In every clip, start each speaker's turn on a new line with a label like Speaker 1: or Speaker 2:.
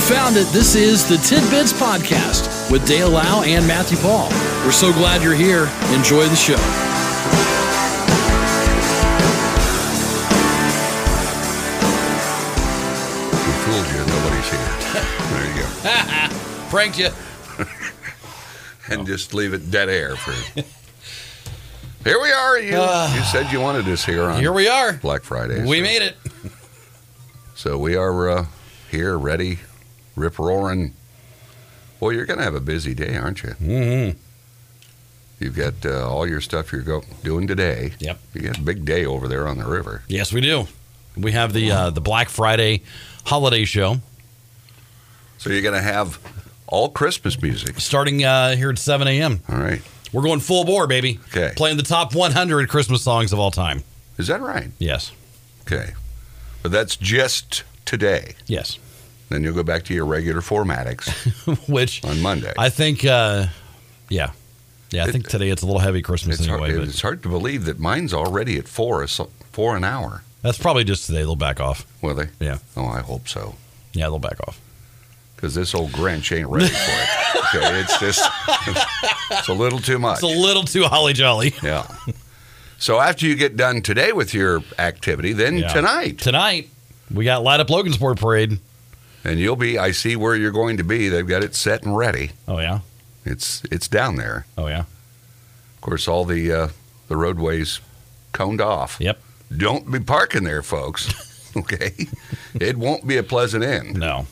Speaker 1: found it. This is the Tidbits Podcast with Dale Lau and Matthew Paul. We're so glad you're here. Enjoy the show.
Speaker 2: We fooled you. Nobody's here. There you go.
Speaker 1: Pranked you.
Speaker 2: And just leave it dead air for. Here we are. You, you said you wanted us here on
Speaker 1: Uh, Here we are.
Speaker 2: Black Friday.
Speaker 1: We
Speaker 2: so-
Speaker 1: made it.
Speaker 2: So we are uh, here, ready, rip roaring. Well, you're going to have a busy day, aren't you?
Speaker 1: Mm-hmm.
Speaker 2: You've got uh, all your stuff you're go- doing today.
Speaker 1: Yep.
Speaker 2: You got a big day over there on the river.
Speaker 1: Yes, we do. We have the uh, the Black Friday holiday show
Speaker 2: So you're going to have all Christmas music.
Speaker 1: starting uh, here at 7 a.m.
Speaker 2: All right.
Speaker 1: We're going full bore, baby.
Speaker 2: Okay.
Speaker 1: Playing the top 100 Christmas songs of all time.
Speaker 2: Is that right?
Speaker 1: Yes.
Speaker 2: Okay. But that's just today.
Speaker 1: Yes.
Speaker 2: Then you'll go back to your regular formatics
Speaker 1: Which
Speaker 2: on Monday.
Speaker 1: I think, uh, yeah. Yeah, I
Speaker 2: It-
Speaker 1: think today it's a little heavy Christmas
Speaker 2: it's,
Speaker 1: anyway.
Speaker 2: hard,
Speaker 1: but
Speaker 2: it's hard to believe that mine's already at four, a so- four an hour.
Speaker 1: That's probably just today. They'll back off.
Speaker 2: Will they?
Speaker 1: Yeah.
Speaker 2: Oh, I hope so.
Speaker 1: Yeah, they'll back off.
Speaker 2: because this old Grinch ain't ready for it. Okay, it's just it's a little too much.
Speaker 1: It's a little too holly jolly.
Speaker 2: yeah. So after you get done today with your activity, then
Speaker 1: Yeah.
Speaker 2: tonight,
Speaker 1: Tonight, we got Light Up Logansport Parade.
Speaker 2: and you'll be. I see where you're going to be. They've got it set and ready.
Speaker 1: Oh, yeah.
Speaker 2: It's it's down there.
Speaker 1: Oh, yeah.
Speaker 2: Of course, all the uh, the roadways coned off.
Speaker 1: Yep.
Speaker 2: Don't be parking there, folks. Okay, it won't be a pleasant end,
Speaker 1: No.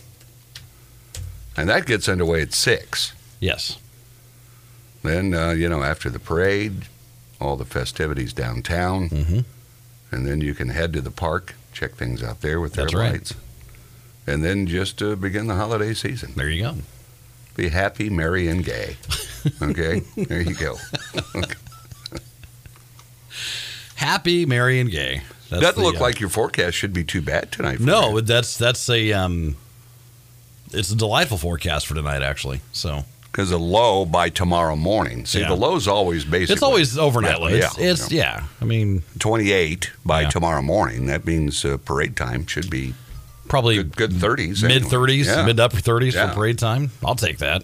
Speaker 2: and that gets underway at six.
Speaker 1: Yes.
Speaker 2: Then uh, you know after the parade, all the festivities downtown.
Speaker 1: Mm-hmm.
Speaker 2: and then you can head to the park, check things out there with their
Speaker 1: That's right.
Speaker 2: lights, and then just uh, begin the holiday season.
Speaker 1: There you go.
Speaker 2: Be happy, merry, and gay. Okay, there you go.
Speaker 1: Happy, merry, and gay. That's
Speaker 2: Doesn't
Speaker 1: the,
Speaker 2: look
Speaker 1: uh,
Speaker 2: like your forecast should be too bad tonight. for
Speaker 1: No,
Speaker 2: you.
Speaker 1: that's that's a um, it's a delightful forecast for tonight actually. So
Speaker 2: because the low by tomorrow morning. See,
Speaker 1: Yeah.
Speaker 2: the low's always basically
Speaker 1: it's always overnight.
Speaker 2: Yeah,
Speaker 1: low. It's,
Speaker 2: yeah,
Speaker 1: it's yeah. I mean,
Speaker 2: 28 by
Speaker 1: Yeah.
Speaker 2: tomorrow morning. That means uh, parade time should be
Speaker 1: probably
Speaker 2: good, good 30s, anyway.
Speaker 1: mid 30s,
Speaker 2: Yeah.
Speaker 1: mid to upper 30s
Speaker 2: Yeah.
Speaker 1: for parade time. I'll take that.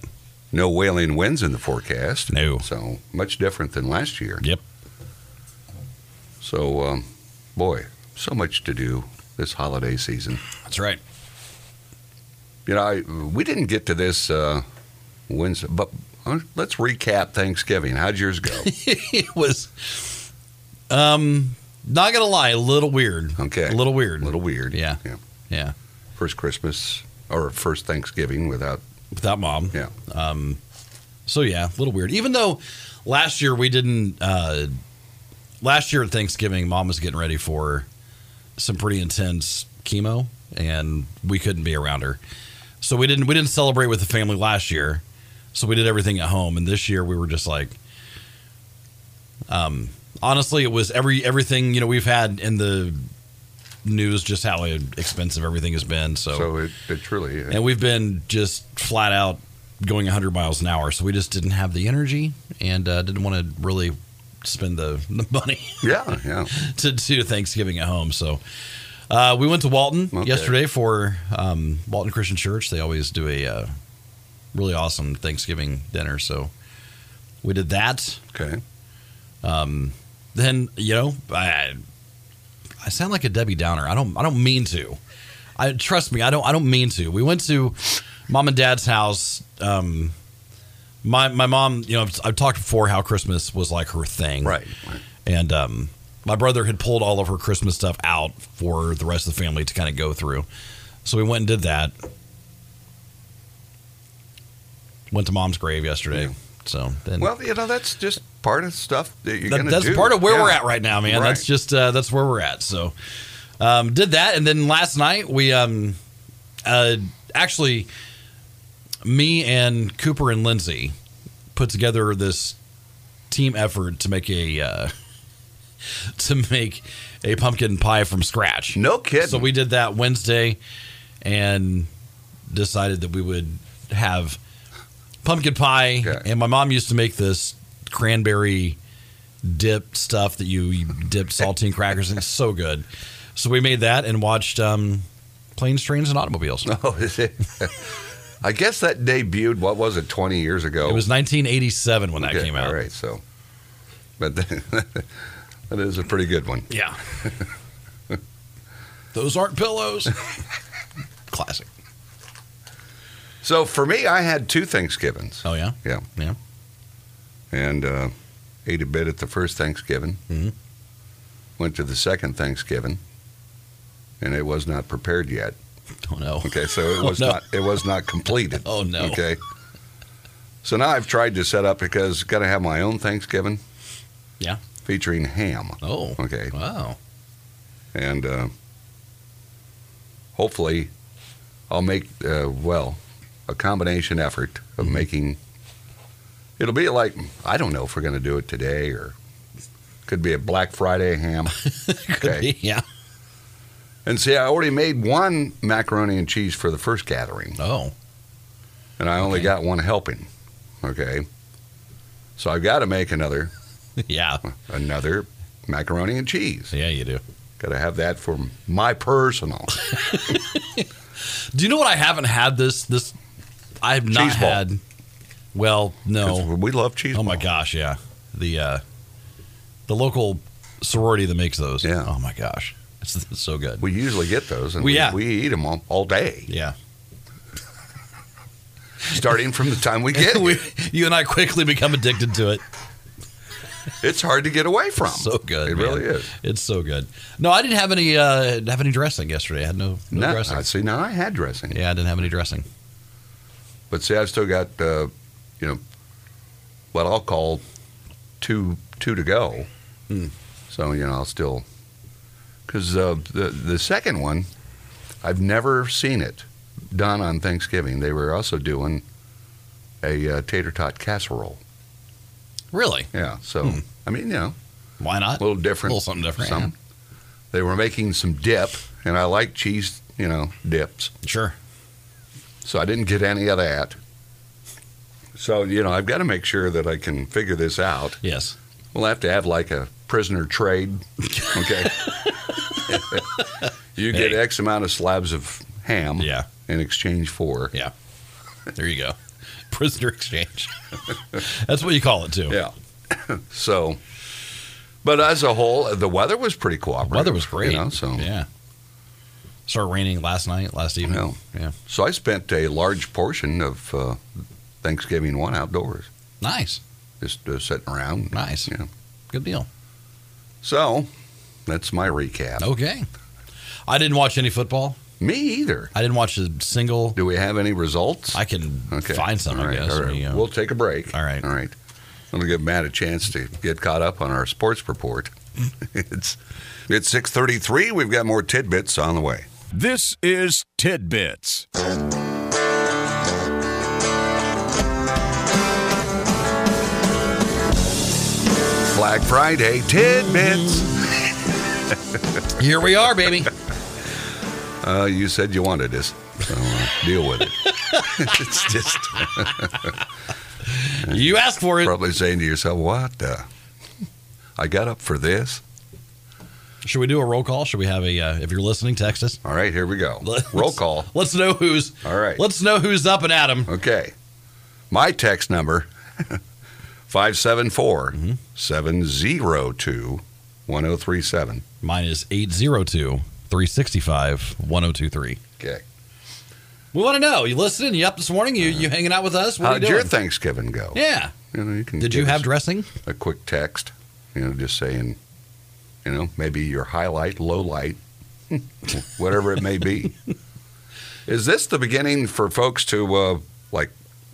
Speaker 2: No wailing winds in the forecast.
Speaker 1: No.
Speaker 2: so much different than last year.
Speaker 1: Yep.
Speaker 2: So, um, boy, so much to do this holiday season.
Speaker 1: That's right.
Speaker 2: You know, I, we didn't get to this uh, Wednesday, but uh, let's recap Thanksgiving. How'd yours go?
Speaker 1: it was um not gonna lie a little weird
Speaker 2: Okay.
Speaker 1: a little weird
Speaker 2: A little weird.
Speaker 1: Yeah.
Speaker 2: yeah.
Speaker 1: yeah
Speaker 2: First Christmas or first Thanksgiving without,
Speaker 1: without mom
Speaker 2: yeah.
Speaker 1: um so yeah a little weird even though last year we didn't uh last year at thanksgiving mom was getting ready for some pretty intense chemo and we couldn't be around her so we didn't we didn't celebrate with the family last year so we did everything at home and this year we were just like um honestly it was every everything you know we've had in the news just how expensive everything has been
Speaker 2: So, it, it truly, uh,
Speaker 1: and we've been just flat out going 100 miles an hour so we just didn't have the energy and uh, didn't want to really spend the, the money
Speaker 2: yeah, yeah.
Speaker 1: to do thanksgiving at home so uh, we went to walton
Speaker 2: Okay.
Speaker 1: yesterday for um, walton christian church they always do a uh, really awesome thanksgiving dinner so we did that
Speaker 2: Okay.
Speaker 1: um, then you know I I sound like a Debbie Downer. I don't I don't mean to. I trust me. I don't I don't mean to. We went to mom and dad's house. Um, my my mom, you know, I've, I've talked before how Christmas was like her thing,
Speaker 2: Right. right.
Speaker 1: and um, my brother had pulled all of her Christmas stuff out for the rest of the family to kind of go through. So we went and did that. Went to mom's grave yesterday.
Speaker 2: Yeah.
Speaker 1: So then
Speaker 2: Well, you know, that's just part of stuff that
Speaker 1: that,
Speaker 2: you're going to
Speaker 1: that's
Speaker 2: do.
Speaker 1: part of where
Speaker 2: Yeah.
Speaker 1: we're at right now, man.
Speaker 2: Right.
Speaker 1: That's just uh, that's where we're at. So um, did that, and then last night we um, uh, actually me and Cooper and Lindsay put together this team effort to make a uh, to make a pumpkin pie from scratch.
Speaker 2: No kidding.
Speaker 1: So we did that Wednesday and decided that we would have pumpkin pie.
Speaker 2: Okay.
Speaker 1: And my mom used to make this cranberry dip stuff that you you dip saltine crackers in. It's so good. So we made that and watched um, Planes, Trains, and Automobiles.
Speaker 2: Oh, is it? I guess that debuted. What was it? Twenty years ago.
Speaker 1: It was 1987 when that
Speaker 2: Okay,
Speaker 1: came out.
Speaker 2: All right, so, but that is a pretty good one.
Speaker 1: Yeah. Those aren't pillows. Classic.
Speaker 2: So for me, I had two Thanksgivings.
Speaker 1: Oh yeah.
Speaker 2: Yeah.
Speaker 1: Yeah.
Speaker 2: and uh, ate a bit at the first Thanksgiving.
Speaker 1: Mhm.
Speaker 2: Went to the second Thanksgiving, and it was not prepared yet.
Speaker 1: Oh no.
Speaker 2: Okay, so it
Speaker 1: Oh,
Speaker 2: was
Speaker 1: no.
Speaker 2: not it was not completed.
Speaker 1: Oh, no.
Speaker 2: Okay, so now I've tried to set up because got to have my own Thanksgiving.
Speaker 1: Yeah.
Speaker 2: featuring ham.
Speaker 1: Oh.
Speaker 2: Okay,
Speaker 1: Wow.
Speaker 2: and uh, hopefully I'll make uh, well a combination effort of
Speaker 1: Mm-hmm.
Speaker 2: making. It'll be like I don't know if we're going to do it today or could be a Black Friday ham.
Speaker 1: Could
Speaker 2: Okay.
Speaker 1: be. Yeah.
Speaker 2: and see, I already made one macaroni and cheese for the first gathering,
Speaker 1: Oh.
Speaker 2: and I only
Speaker 1: Okay.
Speaker 2: got one helping. Okay, so I've got to make another
Speaker 1: Yeah.
Speaker 2: another macaroni and cheese.
Speaker 1: Yeah, you do.
Speaker 2: Got to have that for my personal.
Speaker 1: Do you know what I haven't had this this I have not
Speaker 2: Cheese ball.
Speaker 1: had well,
Speaker 2: 'Cause
Speaker 1: no.
Speaker 2: we love cheese.
Speaker 1: Oh my
Speaker 2: balls.
Speaker 1: gosh, yeah. The uh the local sorority that makes those.
Speaker 2: Yeah.
Speaker 1: Oh my gosh. It's, it's so good.
Speaker 2: We usually get those, and
Speaker 1: Well,
Speaker 2: we,
Speaker 1: yeah.
Speaker 2: we eat them all, all day,
Speaker 1: Yeah.
Speaker 2: starting from the time we get.
Speaker 1: we,
Speaker 2: it.
Speaker 1: you and I quickly become addicted to it.
Speaker 2: It's hard to get away from.
Speaker 1: So good.
Speaker 2: it
Speaker 1: man.
Speaker 2: really is.
Speaker 1: It's so good. No, I didn't have any uh didn't have any dressing yesterday. I had no no,
Speaker 2: No,
Speaker 1: dressing.
Speaker 2: I see. Now I had dressing,
Speaker 1: yeah, I didn't have any dressing.
Speaker 2: but see, I've still got, uh, you know, what I'll call two two to go.
Speaker 1: Hmm.
Speaker 2: So you know, I'll still because uh, the the second one, I've never seen it done on Thanksgiving. They were also doing a uh, tater tot casserole.
Speaker 1: Really?
Speaker 2: Yeah, so
Speaker 1: Hmm.
Speaker 2: I mean, you know.
Speaker 1: Why not?
Speaker 2: a little different.
Speaker 1: A little something different,
Speaker 2: Some. They were making some dip, and I like cheese, you know, dips.
Speaker 1: sure.
Speaker 2: So I didn't get any of that. So, you know, I've got to make sure that I can figure this out.
Speaker 1: Yes.
Speaker 2: We'll have to have like a prisoner trade. Okay. you get
Speaker 1: Hey.
Speaker 2: X amount of slabs of ham
Speaker 1: Yeah.
Speaker 2: in exchange for.
Speaker 1: Yeah. There you go. Prisoner exchange. That's what you call it too.
Speaker 2: Yeah. So, but as a whole, the weather was pretty cooperative.
Speaker 1: Weather was great.
Speaker 2: You know, so.
Speaker 1: Yeah. Started raining last night, last evening.
Speaker 2: No.
Speaker 1: Yeah.
Speaker 2: So I spent a large portion of uh, Thanksgiving one outdoors,
Speaker 1: Nice.
Speaker 2: just uh, sitting around.
Speaker 1: Nice.
Speaker 2: Yeah.
Speaker 1: Good deal.
Speaker 2: So that's my recap.
Speaker 1: Okay. I didn't watch any football.
Speaker 2: Me either.
Speaker 1: I didn't watch a single.
Speaker 2: Do we have any results?
Speaker 1: I can find some,
Speaker 2: All
Speaker 1: I
Speaker 2: right,
Speaker 1: guess.
Speaker 2: all right.
Speaker 1: We, uh,
Speaker 2: We'll take a break.
Speaker 1: All right.
Speaker 2: All right. I'm gonna give Matt a chance to get caught up on our sports report. it's it's 6:33. We've got more tidbits on the way.
Speaker 3: This is Tidbits.
Speaker 2: Black Friday tidbits.
Speaker 1: Here we are, baby.
Speaker 2: Uh, you said you wanted this. So uh, deal with it. it's just
Speaker 1: you asked for it.
Speaker 2: probably saying to yourself, "What the? I got up for this."
Speaker 1: Should we do a roll call? Should we have a? Uh, if you're listening, text us.
Speaker 2: All right, here we go.
Speaker 1: Let's-
Speaker 2: Roll call.
Speaker 1: Let's know who's.
Speaker 2: All right.
Speaker 1: Let's know who's up and at 'em.
Speaker 2: Okay. My text number 574
Speaker 1: Mm-hmm.
Speaker 2: 702 1037.
Speaker 1: Mine is 802 365 1023.
Speaker 2: Okay.
Speaker 1: We want to know. You listening? You up this morning? You you hanging out with us? What are you
Speaker 2: How'd
Speaker 1: doing?
Speaker 2: your Thanksgiving go?
Speaker 1: yeah.
Speaker 2: You know, Uh, you can
Speaker 1: Did
Speaker 2: give
Speaker 1: you have
Speaker 2: us
Speaker 1: dressing?
Speaker 2: a quick text, you know, just saying, you know, maybe your highlight, low light, whatever it may be. Is this the beginning for folks to uh, like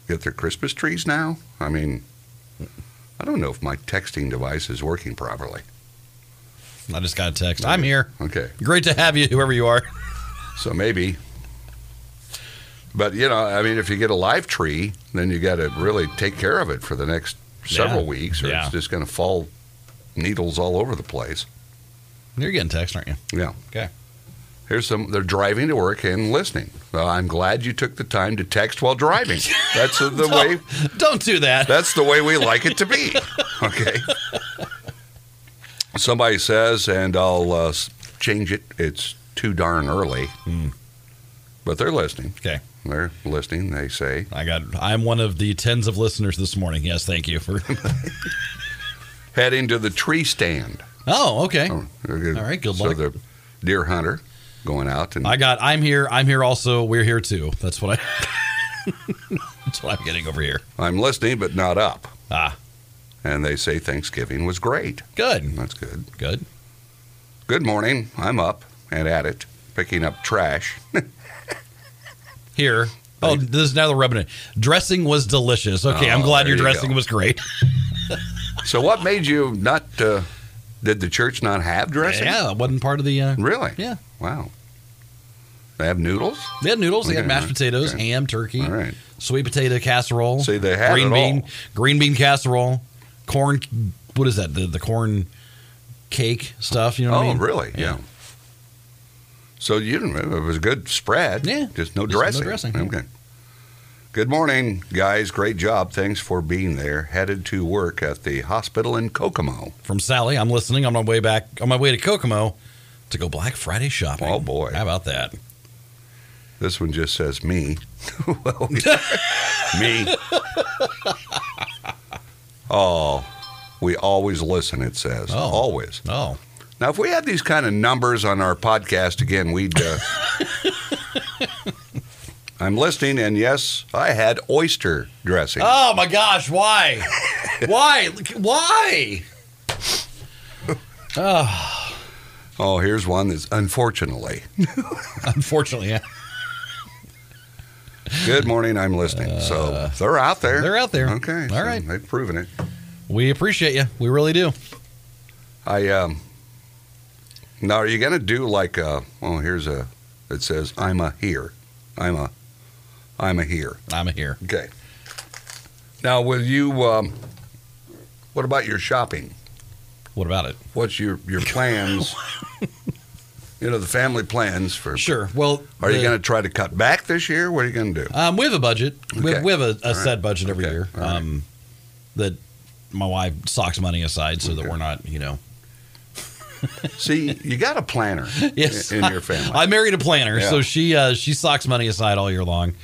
Speaker 2: get their Christmas trees now? I mean, I don't know if my texting device is working properly.
Speaker 1: I just got a text. I'm here.
Speaker 2: Okay.
Speaker 1: Great to have you, whoever you are.
Speaker 2: So maybe. But you know, I mean, if you get a live tree, then you got to really take care of it for the next several
Speaker 1: Yeah.
Speaker 2: weeks, or
Speaker 1: Yeah.
Speaker 2: it's just going to fall needles all over the place.
Speaker 1: You're getting texts, aren't you?
Speaker 2: Yeah.
Speaker 1: Okay.
Speaker 2: Here's some. They're driving to work and listening. Well, I'm glad you took the time to text while driving. That's the way.
Speaker 1: Don't do that.
Speaker 2: That's the way we like it to be. Okay. Somebody says, and I'll
Speaker 1: Hmm.
Speaker 2: uh, s- change it. It's too darn early. But they're listening.
Speaker 1: Okay.
Speaker 2: They're listening, they say.
Speaker 1: I got. I'm one of the tens of listeners this morning. Yes, thank you for.
Speaker 2: Heading to the tree stand.
Speaker 1: oh, okay.
Speaker 2: All
Speaker 1: All right, good
Speaker 2: so
Speaker 1: luck.
Speaker 2: the deer hunter going out and
Speaker 1: I got. I'm here. I'm here. Also, we're here too. That's what I. that's what I'm getting over here.
Speaker 2: I'm listening but not up.
Speaker 1: Ah,
Speaker 2: And they say Thanksgiving was great.
Speaker 1: good,
Speaker 2: That's good.
Speaker 1: good.
Speaker 2: Good morning. I'm up and at it, picking up trash.
Speaker 1: Here. Oh, this is now the rubbing it. Dressing was delicious. Okay, I'm
Speaker 2: Oh,
Speaker 1: glad your
Speaker 2: there you
Speaker 1: dressing
Speaker 2: go.
Speaker 1: was great.
Speaker 2: so what made you not uh, did the church not have dressing?
Speaker 1: Yeah, it wasn't part of the. Uh,
Speaker 2: Really?
Speaker 1: Yeah,
Speaker 2: Wow. They have noodles?
Speaker 1: they had noodles. They had
Speaker 2: Okay,
Speaker 1: mashed
Speaker 2: all right,
Speaker 1: potatoes,
Speaker 2: okay.
Speaker 1: ham, turkey,
Speaker 2: All right.
Speaker 1: sweet potato casserole.
Speaker 2: See, they had
Speaker 1: green
Speaker 2: it
Speaker 1: bean,
Speaker 2: all.
Speaker 1: green bean casserole, corn. What is that? The the corn cake stuff. You know. what I
Speaker 2: oh,
Speaker 1: mean?
Speaker 2: really? Yeah. So you didn't it was a good spread.
Speaker 1: Yeah.
Speaker 2: Just no
Speaker 1: Just no
Speaker 2: dressing.
Speaker 1: dressing.
Speaker 2: Okay. Good morning, guys. Great job. Thanks for being there. Headed to work at the hospital in Kokomo.
Speaker 1: From Sally, I'm listening on my way back on my way to Kokomo to go Black Friday shopping.
Speaker 2: Oh, boy.
Speaker 1: how about that?
Speaker 2: This one just says me. Well, me. Oh, we always listen, it says.
Speaker 1: Oh.
Speaker 2: Always.
Speaker 1: Oh,
Speaker 2: Now, if we had these kind of numbers on our podcast again, we'd. Uh, I'm listening, and yes, I had oyster dressing.
Speaker 1: oh my gosh! Why? why? Why?
Speaker 2: Oh, here's one that's unfortunately.
Speaker 1: Unfortunately, yeah.
Speaker 2: Good morning, I'm listening. so they're out there.
Speaker 1: Uh, they're out there.
Speaker 2: Okay.
Speaker 1: All right.
Speaker 2: They've proven it.
Speaker 1: we appreciate you. We really do.
Speaker 2: I um. Now, are you gonna do like a? Oh, here's a. It says I'm a here. I'm a. I'm a here.
Speaker 1: I'm here.
Speaker 2: Okay. Now, will you? Um, what about your shopping?
Speaker 1: What about it?
Speaker 2: What's your your plans? you know the family plans for.
Speaker 1: Sure. Well,
Speaker 2: Are you
Speaker 1: the-
Speaker 2: gonna try to cut back this year? What are you gonna do?
Speaker 1: Um, we have a budget. We,
Speaker 2: Okay.
Speaker 1: have, we have a, a
Speaker 2: right.
Speaker 1: set budget every
Speaker 2: Okay.
Speaker 1: year.
Speaker 2: All right.
Speaker 1: Um, That my wife socks money aside so that
Speaker 2: Okay.
Speaker 1: we're not, you know.
Speaker 2: See, you got a planner
Speaker 1: Yes.
Speaker 2: in, in your family.
Speaker 1: I married a planner, so
Speaker 2: Yeah.
Speaker 1: she uh, she socks money aside all year long,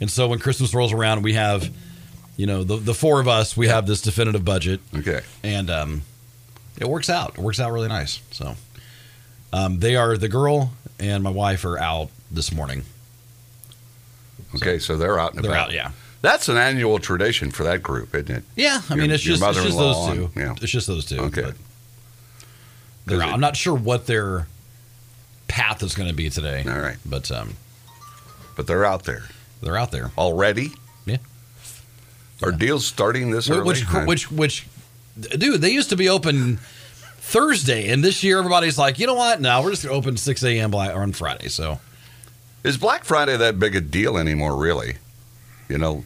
Speaker 1: and so when Christmas rolls around, we have, you know, the the four of us, we have this definitive budget,
Speaker 2: okay.
Speaker 1: and um, it works out. It works out really nice. So, um, they are the girl and my wife are out this morning.
Speaker 2: Okay. So they're out and
Speaker 1: They're
Speaker 2: about.
Speaker 1: out, yeah.
Speaker 2: That's an annual tradition for that group, isn't it?
Speaker 1: Yeah, I
Speaker 2: Your-
Speaker 1: mean it's
Speaker 2: your
Speaker 1: just it's just
Speaker 2: mother-in-law
Speaker 1: those two.
Speaker 2: and- yeah.
Speaker 1: It's just those two.
Speaker 2: Okay.
Speaker 1: but they're
Speaker 2: Is
Speaker 1: out.
Speaker 2: it-
Speaker 1: I'm not sure what their path is going to be today,
Speaker 2: All right.
Speaker 1: but um,
Speaker 2: But they're out there
Speaker 1: they're out there.
Speaker 2: already.
Speaker 1: Yeah.
Speaker 2: Are deals starting this early?
Speaker 1: Which
Speaker 2: I-
Speaker 1: which which dude? They used to be open Thursday, and this year everybody's like, you know what? No, we're just going to open 6 a.m. bla- on Friday. So
Speaker 2: is Black Friday that big a deal anymore? Really? You know,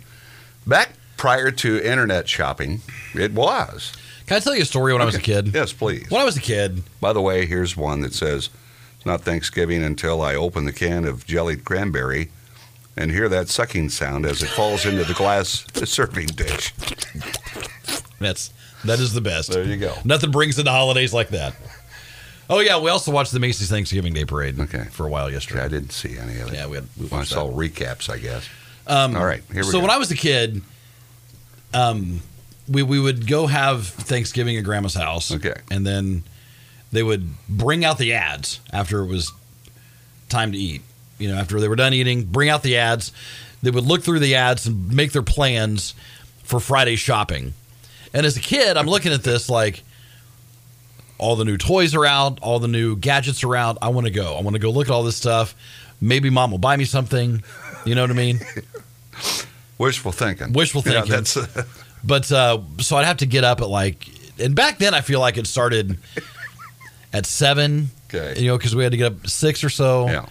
Speaker 2: back prior to internet shopping, it was.
Speaker 1: can I tell you a story? When I was a kid,
Speaker 2: Yes, please.
Speaker 1: when I was a kid,
Speaker 2: By the way, here's one that says, "It's not Thanksgiving until I open the can of jellied cranberry." And hear that sucking sound as it falls into the glass serving dish.
Speaker 1: that's that is the best.
Speaker 2: There you go.
Speaker 1: Nothing brings into holidays like that. Oh yeah, we also watched the Macy's Thanksgiving Day Parade
Speaker 2: Okay.
Speaker 1: for a while yesterday.
Speaker 2: Yeah, I didn't see any of it.
Speaker 1: Yeah, we had we
Speaker 2: I
Speaker 1: watched
Speaker 2: saw
Speaker 1: that. Um,
Speaker 2: recaps, I guess. All right, here we
Speaker 1: so
Speaker 2: go.
Speaker 1: when I was a kid, um, we we would go have Thanksgiving at Grandma's house.
Speaker 2: Okay.
Speaker 1: and then they would bring out the ads after it was time to eat. You know, after they were done eating, bring out the ads. They would look through the ads and make their plans for Friday shopping. And as a kid, I'm looking at this like all the new toys are out, all the new gadgets are out. I want to go. I want to go look at all this stuff. Maybe mom will buy me something. You know what I mean?
Speaker 2: Wishful thinking.
Speaker 1: Wishful
Speaker 2: Yeah,
Speaker 1: thinking.
Speaker 2: that's
Speaker 1: But uh, so I'd have to get up at like, and back then I feel like it started at seven.
Speaker 2: Okay.
Speaker 1: You know, because we had to get up six or so.
Speaker 2: yeah.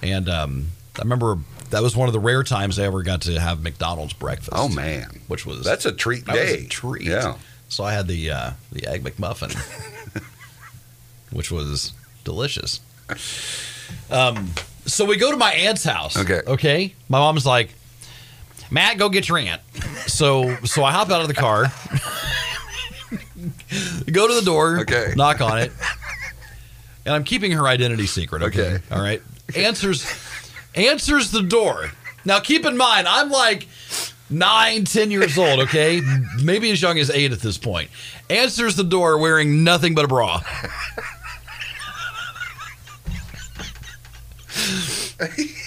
Speaker 1: And um, I remember that was one of the rare times I ever got to have McDonald's breakfast.
Speaker 2: Oh man,
Speaker 1: Which was
Speaker 2: that's a treat
Speaker 1: that
Speaker 2: day.
Speaker 1: was a treat.
Speaker 2: Yeah.
Speaker 1: So I had the uh, the egg McMuffin, which was delicious. Um, so we go to my aunt's house.
Speaker 2: Okay.
Speaker 1: Okay. My mom's like, Matt, go get your aunt. So so I hop out of the car, go to the door,
Speaker 2: Okay.
Speaker 1: knock on it, and I'm keeping her identity secret. Okay.
Speaker 2: Okay.
Speaker 1: All right. Answers answers the door. Now, keep in mind, I'm like nine, ten years old, okay? Maybe as young as eight at this point. Answers the door wearing nothing but a bra.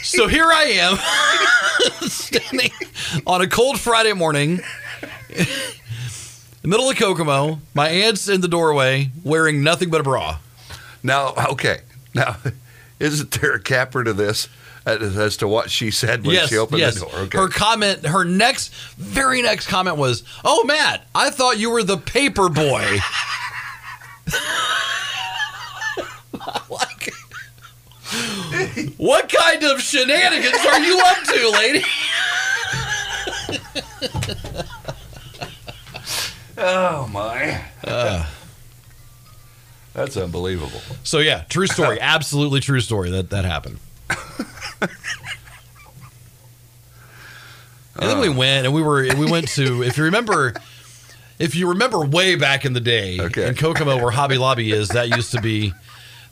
Speaker 1: so here I am, standing on a cold Friday morning, middle of Kokomo. My aunt's in the doorway wearing nothing but a bra.
Speaker 2: Now, okay. Now, isn't there a capper to this as, as to what she said when
Speaker 1: yes,
Speaker 2: she opened
Speaker 1: yes.
Speaker 2: the door? Okay.
Speaker 1: Her comment, her next, very next comment was, "Oh, Matt, I thought you were the paper boy." Like, what kind of shenanigans are you up to, lady?
Speaker 2: oh, my.
Speaker 1: Uh.
Speaker 2: That's unbelievable.
Speaker 1: So yeah, true story, absolutely true story that that happened. and then we
Speaker 2: Uh.
Speaker 1: went and we were we went to if you remember if you remember way back in the day
Speaker 2: Okay.
Speaker 1: in Kokomo where Hobby Lobby is, that used to be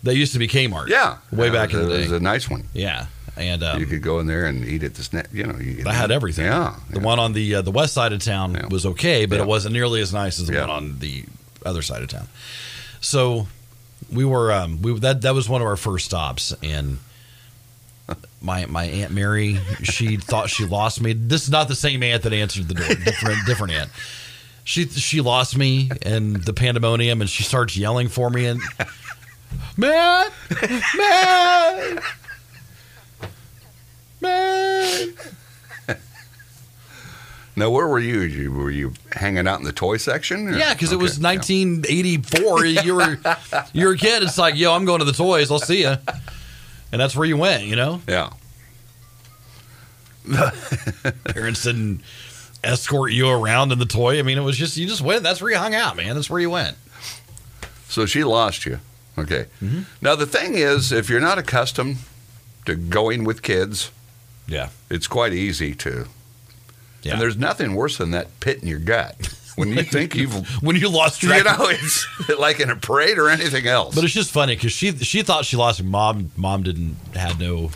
Speaker 1: that used to be Kmart.
Speaker 2: Yeah.
Speaker 1: way
Speaker 2: Yeah,
Speaker 1: back
Speaker 2: it
Speaker 1: in
Speaker 2: was,
Speaker 1: the
Speaker 2: It
Speaker 1: day.
Speaker 2: was a nice one.
Speaker 1: yeah, and
Speaker 2: You
Speaker 1: um,
Speaker 2: could go in there and eat at the snack. You know, you could
Speaker 1: I had
Speaker 2: eat.
Speaker 1: everything.
Speaker 2: Yeah.
Speaker 1: the
Speaker 2: yeah.
Speaker 1: one on the uh, the west side of town
Speaker 2: Yeah.
Speaker 1: was okay, but
Speaker 2: Yeah.
Speaker 1: it wasn't nearly as nice as the
Speaker 2: Yeah.
Speaker 1: one on the other side of town. So we were um, we that that was one of our first stops, and my my aunt Mary she thought she lost me. This is not the same aunt that answered the door. Different different aunt. She she lost me in the pandemonium, and she starts yelling for me and. Matt, Matt, Matt.
Speaker 2: Now, where were you? you? Were you hanging out in the toy section? or-
Speaker 1: Yeah, because it
Speaker 2: okay,
Speaker 1: was
Speaker 2: yeah.
Speaker 1: 1984. You were you were a kid. It's like, yo, I'm going to the toys. I'll see you. And that's where you went. You know,
Speaker 2: Yeah.
Speaker 1: parents didn't escort you around in the toy. I mean, it was just you just went. That's where you hung out, man. That's where you went.
Speaker 2: So she lost you. Okay.
Speaker 1: Mm-hmm.
Speaker 2: Now, the thing is, if you're not accustomed to going with kids,
Speaker 1: Yeah,
Speaker 2: it's quite easy to.
Speaker 1: yeah.
Speaker 2: And there's nothing worse than that pit in your gut when you think you've,
Speaker 1: when you lost track.
Speaker 2: you know, it's like in a parade or anything else.
Speaker 1: But it's just funny because she she thought she lost. her Mom mom didn't had no.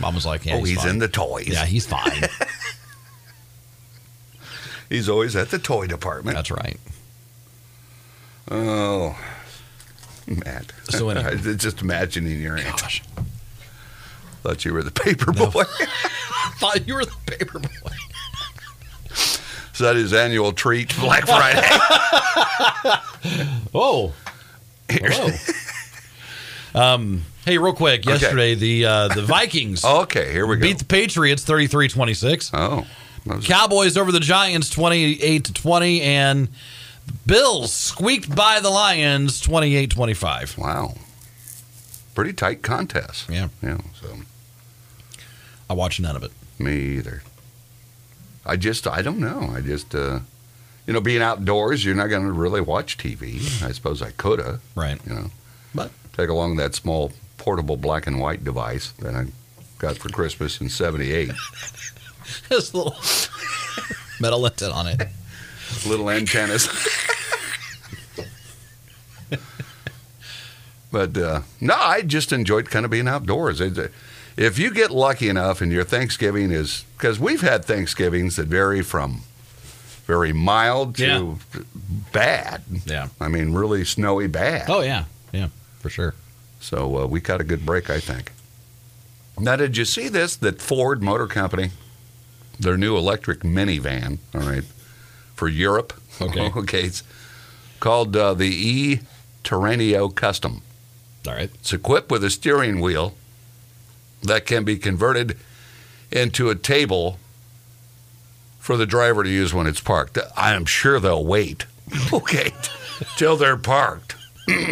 Speaker 1: Mom was like, yeah,
Speaker 2: oh, he's
Speaker 1: fine.
Speaker 2: in the toys.
Speaker 1: Yeah, he's fine.
Speaker 2: He's always at the toy department.
Speaker 1: That's right.
Speaker 2: Oh, Matt.
Speaker 1: So anyway.
Speaker 2: just imagining your aunt. Thought you were the paper boy.
Speaker 1: Thought you were the paper boy.
Speaker 2: Is that his annual treat, Black Friday?
Speaker 1: Oh, hello. um, hey, real quick. Yesterday, the uh, the Vikings
Speaker 2: okay, Oh, here we go.
Speaker 1: beat the Patriots 33-26.
Speaker 2: oh, that was-
Speaker 1: Cowboys over the Giants 28 to 20 and the Bills squeaked by the Lions 28-25.
Speaker 2: wow. Pretty tight contest.
Speaker 1: Yeah.
Speaker 2: Yeah. So
Speaker 1: I watched none of it.
Speaker 2: me either. I just I don't know. I just uh, you know being outdoors, you're not going to really watch TV. I suppose I coulda.
Speaker 1: Right.
Speaker 2: You know.
Speaker 1: But-
Speaker 2: take along that small portable black and white device that I got for Christmas in '78.
Speaker 1: This little metal intent on it.
Speaker 2: little antennas. but uh, no, I just enjoyed kind of being outdoors. It's, uh, If you get lucky enough and your Thanksgiving is, because we've had Thanksgivings that vary from very mild to bad.
Speaker 1: Yeah.
Speaker 2: I mean, really snowy bad.
Speaker 1: Oh yeah. Yeah, for sure.
Speaker 2: So uh, we got a good break, I think. Now, did you see this? That Ford Motor Company, their new electric minivan, all right, for Europe.
Speaker 1: Okay.
Speaker 2: okay. It's called uh, the E Terrenio Custom.
Speaker 1: All right.
Speaker 2: It's equipped with a steering wheel that can be converted into a table for the driver to use when it's parked. I am sure they'll wait, okay, till they're parked.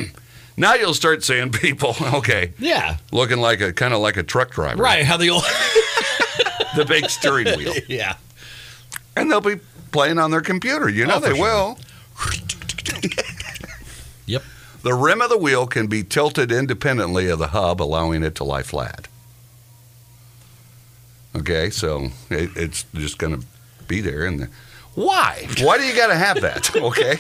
Speaker 2: now you'll start seeing people, okay,
Speaker 1: Yeah.
Speaker 2: looking like a kind of like a truck driver,
Speaker 1: Right, how the old
Speaker 2: The big steering wheel,
Speaker 1: Yeah.
Speaker 2: and they'll be playing on their computer. You know
Speaker 1: Oh, for
Speaker 2: they
Speaker 1: sure.
Speaker 2: will.
Speaker 1: Yep.
Speaker 2: The rim of the wheel can be tilted independently of the hub, allowing it to lie flat. Okay, so it, it's just going to be there. And the, why? Why do you got to have that? Okay,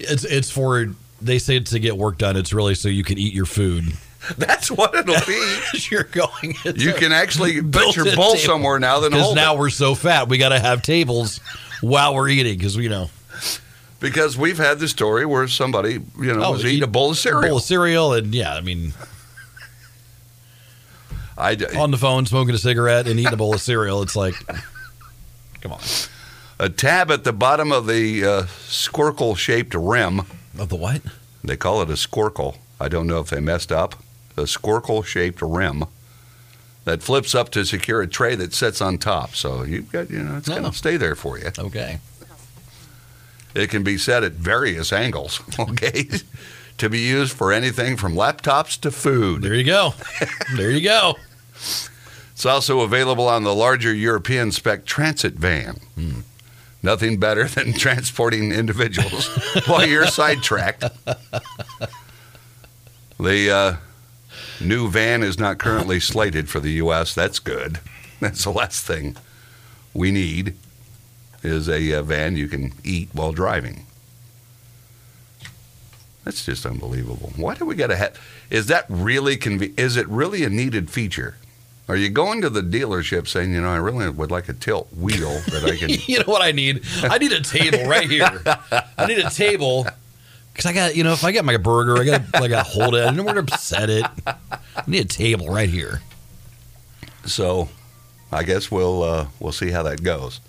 Speaker 1: It's it's for they say to get work done. It's really so you can eat your food
Speaker 2: That's what it'll be.
Speaker 1: You're going. into-
Speaker 2: You can actually put
Speaker 1: Built
Speaker 2: your
Speaker 1: in
Speaker 2: bowl
Speaker 1: table.
Speaker 2: somewhere now than
Speaker 1: because
Speaker 2: hold
Speaker 1: now
Speaker 2: it.
Speaker 1: we're so fat, we got to have tables while we're eating because we know
Speaker 2: because we've had the story where somebody you know was eating
Speaker 1: eat
Speaker 2: a bowl of cereal.
Speaker 1: Oh, bowl of cereal, and yeah, I mean,
Speaker 2: I d-
Speaker 1: on the phone smoking a cigarette and eating a bowl of cereal. It's like, come on,
Speaker 2: a tab at the bottom of the uh, squircle shaped rim.
Speaker 1: of the what?
Speaker 2: They call it a squircle. I don't know if they messed up. A squircle shaped rim that flips up to secure a tray that sits on top. So you've got, you know, it's going
Speaker 1: Oh.
Speaker 2: to stay there for you.
Speaker 1: Okay,
Speaker 2: It can be set at various angles, okay? to be used for anything from laptops to food.
Speaker 1: there you go, there you go.
Speaker 2: It's also available on the larger European spec transit van. Nothing better than transporting individuals while you're sidetracked. The uh, new van is not currently slated for the U.S. That's good. That's the last thing we need is a uh, van you can eat while driving. That's just unbelievable. Why do we got to have? Is that really conve- Is it really a needed feature? Are you going to the dealership saying, you know, I really would like a tilt wheel that I can?
Speaker 1: you know what I need? I need a table right here. I need a table because I got you know if I get my burger, I got to like I hold it. I don't want to set it. I need a table right here.
Speaker 2: So, I guess we'll uh, we'll see how that goes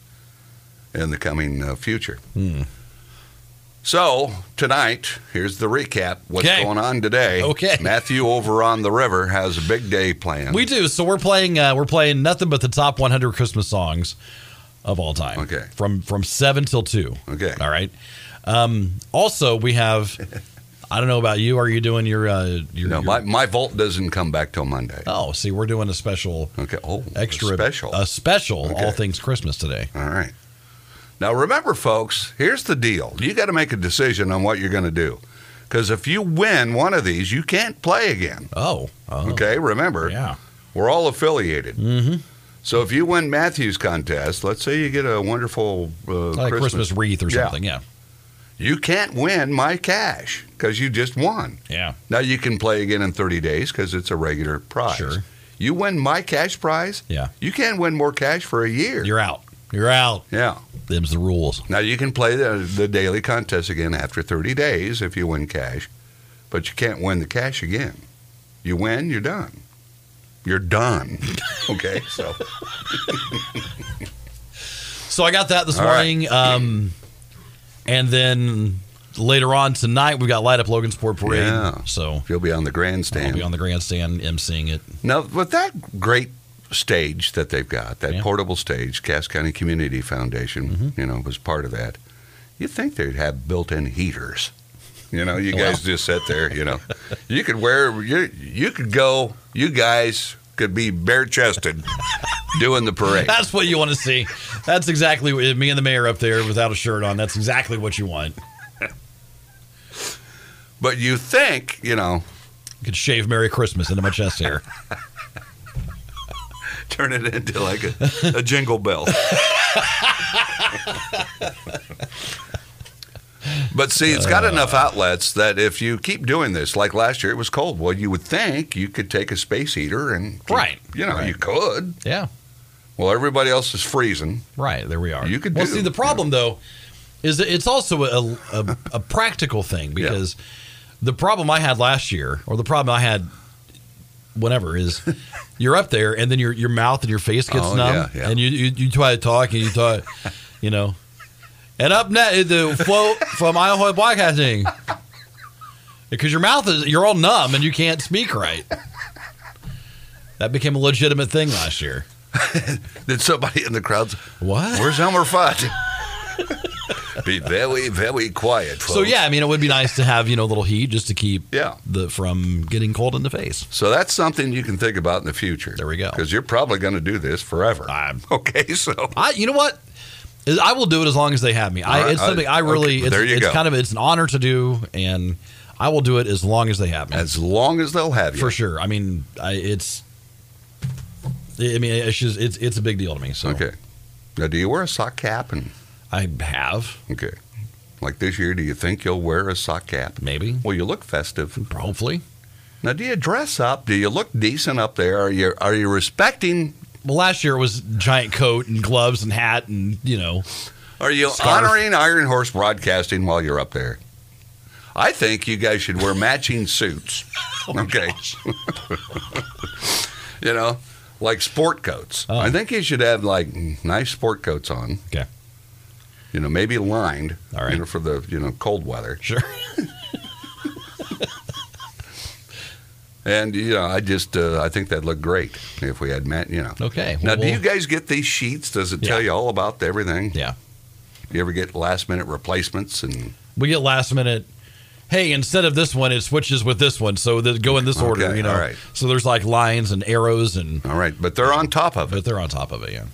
Speaker 2: in the coming uh, future.
Speaker 1: Hmm.
Speaker 2: So tonight, here's the recap. What's
Speaker 1: Okay.
Speaker 2: going on today?
Speaker 1: Okay.
Speaker 2: Matthew over on the river has a big day planned.
Speaker 1: We do. So we're playing. Uh, we're playing nothing but the top 100 Christmas songs of all time.
Speaker 2: Okay.
Speaker 1: From from seven till two.
Speaker 2: Okay.
Speaker 1: All right. Um, also, we have. I don't know about you. Are you doing your uh, your?
Speaker 2: no,
Speaker 1: your-
Speaker 2: my my vault doesn't come back till Monday.
Speaker 1: oh, see, we're doing a special,
Speaker 2: Okay. Oh,
Speaker 1: extra
Speaker 2: special.
Speaker 1: a special
Speaker 2: Okay.
Speaker 1: all things Christmas today.
Speaker 2: All right. Now remember, folks. Here's the deal. You got to make a decision on what you're going to do, because if you win one of these, you can't play again.
Speaker 1: Oh. oh
Speaker 2: Okay. Remember.
Speaker 1: Yeah.
Speaker 2: We're all affiliated. Mm-hmm. So if you win Matthew's contest, let's say you get a wonderful uh,
Speaker 1: Like a
Speaker 2: Christmas.
Speaker 1: Christmas wreath or
Speaker 2: Yeah.
Speaker 1: something. Yeah.
Speaker 2: you can't win my cash because you just won.
Speaker 1: Yeah.
Speaker 2: Now you can play again in 30 days because it's a regular prize.
Speaker 1: Sure.
Speaker 2: You win my cash prize,
Speaker 1: Yeah.
Speaker 2: you can't win more cash for a year.
Speaker 1: You're out. You're out.
Speaker 2: yeah.
Speaker 1: Them's the rules.
Speaker 2: Now you can play the, the daily contest again after 30 days if you win cash, but you can't win the cash again. You win, you're done. You're done. Okay, so
Speaker 1: So I got that this
Speaker 2: All right.
Speaker 1: morning. Um, and then later on tonight, we've got Light Up Logan Sport Parade.
Speaker 2: Yeah.
Speaker 1: So
Speaker 2: you'll be on the
Speaker 1: I'll
Speaker 2: grandstand.
Speaker 1: be on the grandstand emceeing it.
Speaker 2: Now, with that great stage that they've got, that
Speaker 1: Yeah.
Speaker 2: portable stage, Cass County Community Foundation, you know, was part of that. You'd think they'd have built-in heaters. You know, you guys just sit there. You know, you could wear you. You could go. You guys could be bare-chested doing the parade.
Speaker 1: That's what you want to see. That's exactly what me and the mayor up there without a shirt on. That's exactly what you want.
Speaker 2: But you think, you know,
Speaker 1: You could shave Merry Christmas into my chest hair.
Speaker 2: turn it into like a, a jingle bell. but see, it's got enough outlets that if you keep doing this, like last year, it was cold. Well, you would think you could take a space heater and, keep-
Speaker 1: Right,
Speaker 2: you know,
Speaker 1: right.
Speaker 2: you could.
Speaker 1: Yeah.
Speaker 2: Well, everybody else is freezing.
Speaker 1: Right. There we are.
Speaker 2: You could
Speaker 1: Well,
Speaker 2: do,
Speaker 1: see, the problem, though, is that it's also a, a, a practical thing because the problem I had last year, or the problem I had whenever, is you're up there and then your, your mouth and your face gets
Speaker 2: Oh,
Speaker 1: numb.
Speaker 2: yeah, yeah.
Speaker 1: And you, you, you try to talk and you talk, you know. And up next, the float from Iowa Broadcasting. Because your mouth is, you're all numb and you can't speak right. That became a legitimate thing last year.
Speaker 2: Then somebody in the crowd's,
Speaker 1: What?
Speaker 2: where's Elmer Fudd? be very, very quiet. Folks.
Speaker 1: So yeah, I mean, it would be nice to have you know a little heat just to keep
Speaker 2: Yeah.
Speaker 1: the from getting cold in the face.
Speaker 2: So that's something you can think about in the future.
Speaker 1: There we go.
Speaker 2: Because you're probably going to do this forever.
Speaker 1: I'm-
Speaker 2: okay, so
Speaker 1: I, you know what? Is- I will do it as long as they have me.
Speaker 2: All
Speaker 1: I,
Speaker 2: right, Uh,
Speaker 1: it's something I
Speaker 2: okay,
Speaker 1: really. It's,
Speaker 2: there you
Speaker 1: it's
Speaker 2: go.
Speaker 1: kind of it's an honor to do, and I will do it as long as they have me
Speaker 2: as long as they'll have you.
Speaker 1: for sure. I mean, I, it's. I mean, it's just it's it's a big deal to me. So
Speaker 2: Okay. Now, do you wear a sock cap? And
Speaker 1: I have
Speaker 2: okay, like this year, do you think you'll wear a sock cap?
Speaker 1: maybe
Speaker 2: Well, you look festive.
Speaker 1: hopefully
Speaker 2: Now, do you dress up? Do you look decent up there? Are you are you respecting?
Speaker 1: Well, last year it was giant coat and gloves and hat and you know
Speaker 2: Are you
Speaker 1: Scarf.
Speaker 2: honoring Iron Horse Broadcasting while you're up there? I think you guys should wear matching suits.
Speaker 1: Oh,
Speaker 2: okay. you know, like sport coats.
Speaker 1: Oh.
Speaker 2: I think you should have like nice sport coats on.
Speaker 1: Okay.
Speaker 2: You know, maybe lined.
Speaker 1: All right.
Speaker 2: You know, for the you know cold weather.
Speaker 1: sure.
Speaker 2: And you know, I just uh, I think that'd look great if we had mat. You know.
Speaker 1: Okay.
Speaker 2: Now, do
Speaker 1: Well,
Speaker 2: you guys get these sheets? Does it tell
Speaker 1: Yeah.
Speaker 2: you all about everything?
Speaker 1: Yeah.
Speaker 2: You ever get last minute replacements and
Speaker 1: we get last minute. Hey, instead of this one, it switches with this one. So the, go in this order,
Speaker 2: Okay,
Speaker 1: you know.
Speaker 2: all right.
Speaker 1: So there's like lines and arrows, and
Speaker 2: all right, but they're on top of it.
Speaker 1: but they're on top of it. Yeah.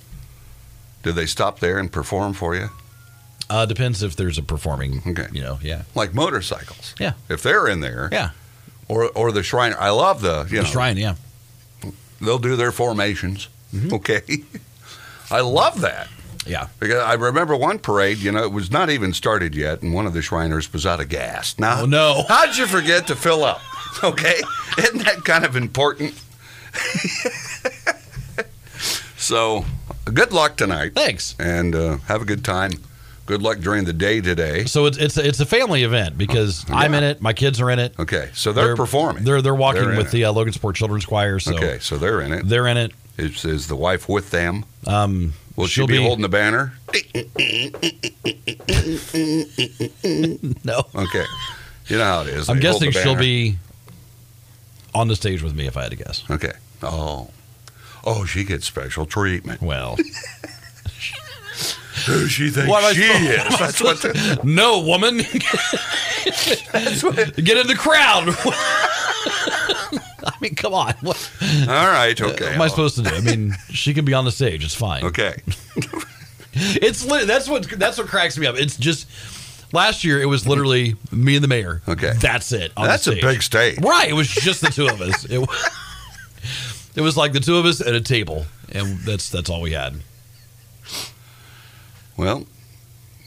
Speaker 2: Do they stop there and perform for you?
Speaker 1: Uh, depends if there's a performing.
Speaker 2: Okay.
Speaker 1: You know. Yeah.
Speaker 2: Like motorcycles.
Speaker 1: Yeah.
Speaker 2: If they're in there.
Speaker 1: Yeah.
Speaker 2: Or or the Shriner. I love the you
Speaker 1: The
Speaker 2: know
Speaker 1: shrine. Yeah.
Speaker 2: they'll do their formations.
Speaker 1: Mm-hmm.
Speaker 2: Okay. I love that.
Speaker 1: Yeah.
Speaker 2: Because I remember one parade, you know, it was not even started yet, and one of the Shriners was out of gas. Now,
Speaker 1: Oh, no.
Speaker 2: how'd you forget to fill up? Okay, isn't that kind of important? so, good luck tonight,
Speaker 1: Thanks.
Speaker 2: and uh, have a good time. Good luck during the day today.
Speaker 1: So it's it's a, it's a family event because I'm in it. My kids are in it.
Speaker 2: Oh, Okay, so they're, performing.
Speaker 1: They're they're walking
Speaker 2: They're in
Speaker 1: with
Speaker 2: it.
Speaker 1: the uh, Logan Sport Children's Choir. So
Speaker 2: okay, so they're in it.
Speaker 1: they're in it.
Speaker 2: Is, is the wife with them?
Speaker 1: Um,
Speaker 2: Will she
Speaker 1: she'll
Speaker 2: be, holding the banner?
Speaker 1: No,
Speaker 2: Okay, you know how it is.
Speaker 1: I'm
Speaker 2: They hold the
Speaker 1: guessing she'll
Speaker 2: banner.
Speaker 1: be on the stage with me if I had to guess.
Speaker 2: Okay. Oh. Oh, she gets special treatment.
Speaker 1: Well,
Speaker 2: Who she thinks
Speaker 1: What am I
Speaker 2: she
Speaker 1: supposed-
Speaker 2: is?
Speaker 1: what am I
Speaker 2: That's what, the,
Speaker 1: no, woman,
Speaker 2: that's what.
Speaker 1: get in the crowd. I mean, come on. What
Speaker 2: All right. Okay.
Speaker 1: Uh, am I supposed to do? I mean, she can be on the stage. It's fine.
Speaker 2: Okay.
Speaker 1: It's lit. That's what that's what cracks me up. It's just last year it was literally me and the mayor.
Speaker 2: Okay.
Speaker 1: that's it. on the
Speaker 2: That's a
Speaker 1: stage.
Speaker 2: big stage.
Speaker 1: Right. It was just the two of us. It, wa- it was like the two of us at a table, and that's that's all we had.
Speaker 2: Well,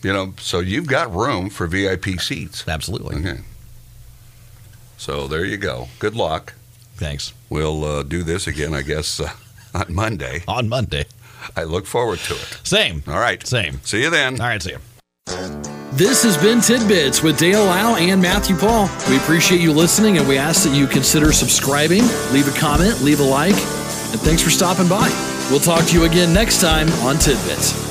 Speaker 2: you know, so you've got room for VIP seats.
Speaker 1: Absolutely.
Speaker 2: Okay. So there you go. Good luck.
Speaker 1: Thanks.
Speaker 2: We'll uh, do this again, I guess, uh, on Monday.
Speaker 1: On Monday.
Speaker 2: I look forward to it.
Speaker 1: Same.
Speaker 2: All right.
Speaker 1: Same.
Speaker 2: See you then.
Speaker 1: All right. See you.
Speaker 4: This has been Tidbits with Dale Lau and Matthew Paul. We appreciate you listening and we ask that you consider subscribing, leave a comment, leave a like, and thanks for stopping by. We'll talk to you again next time on Tidbits.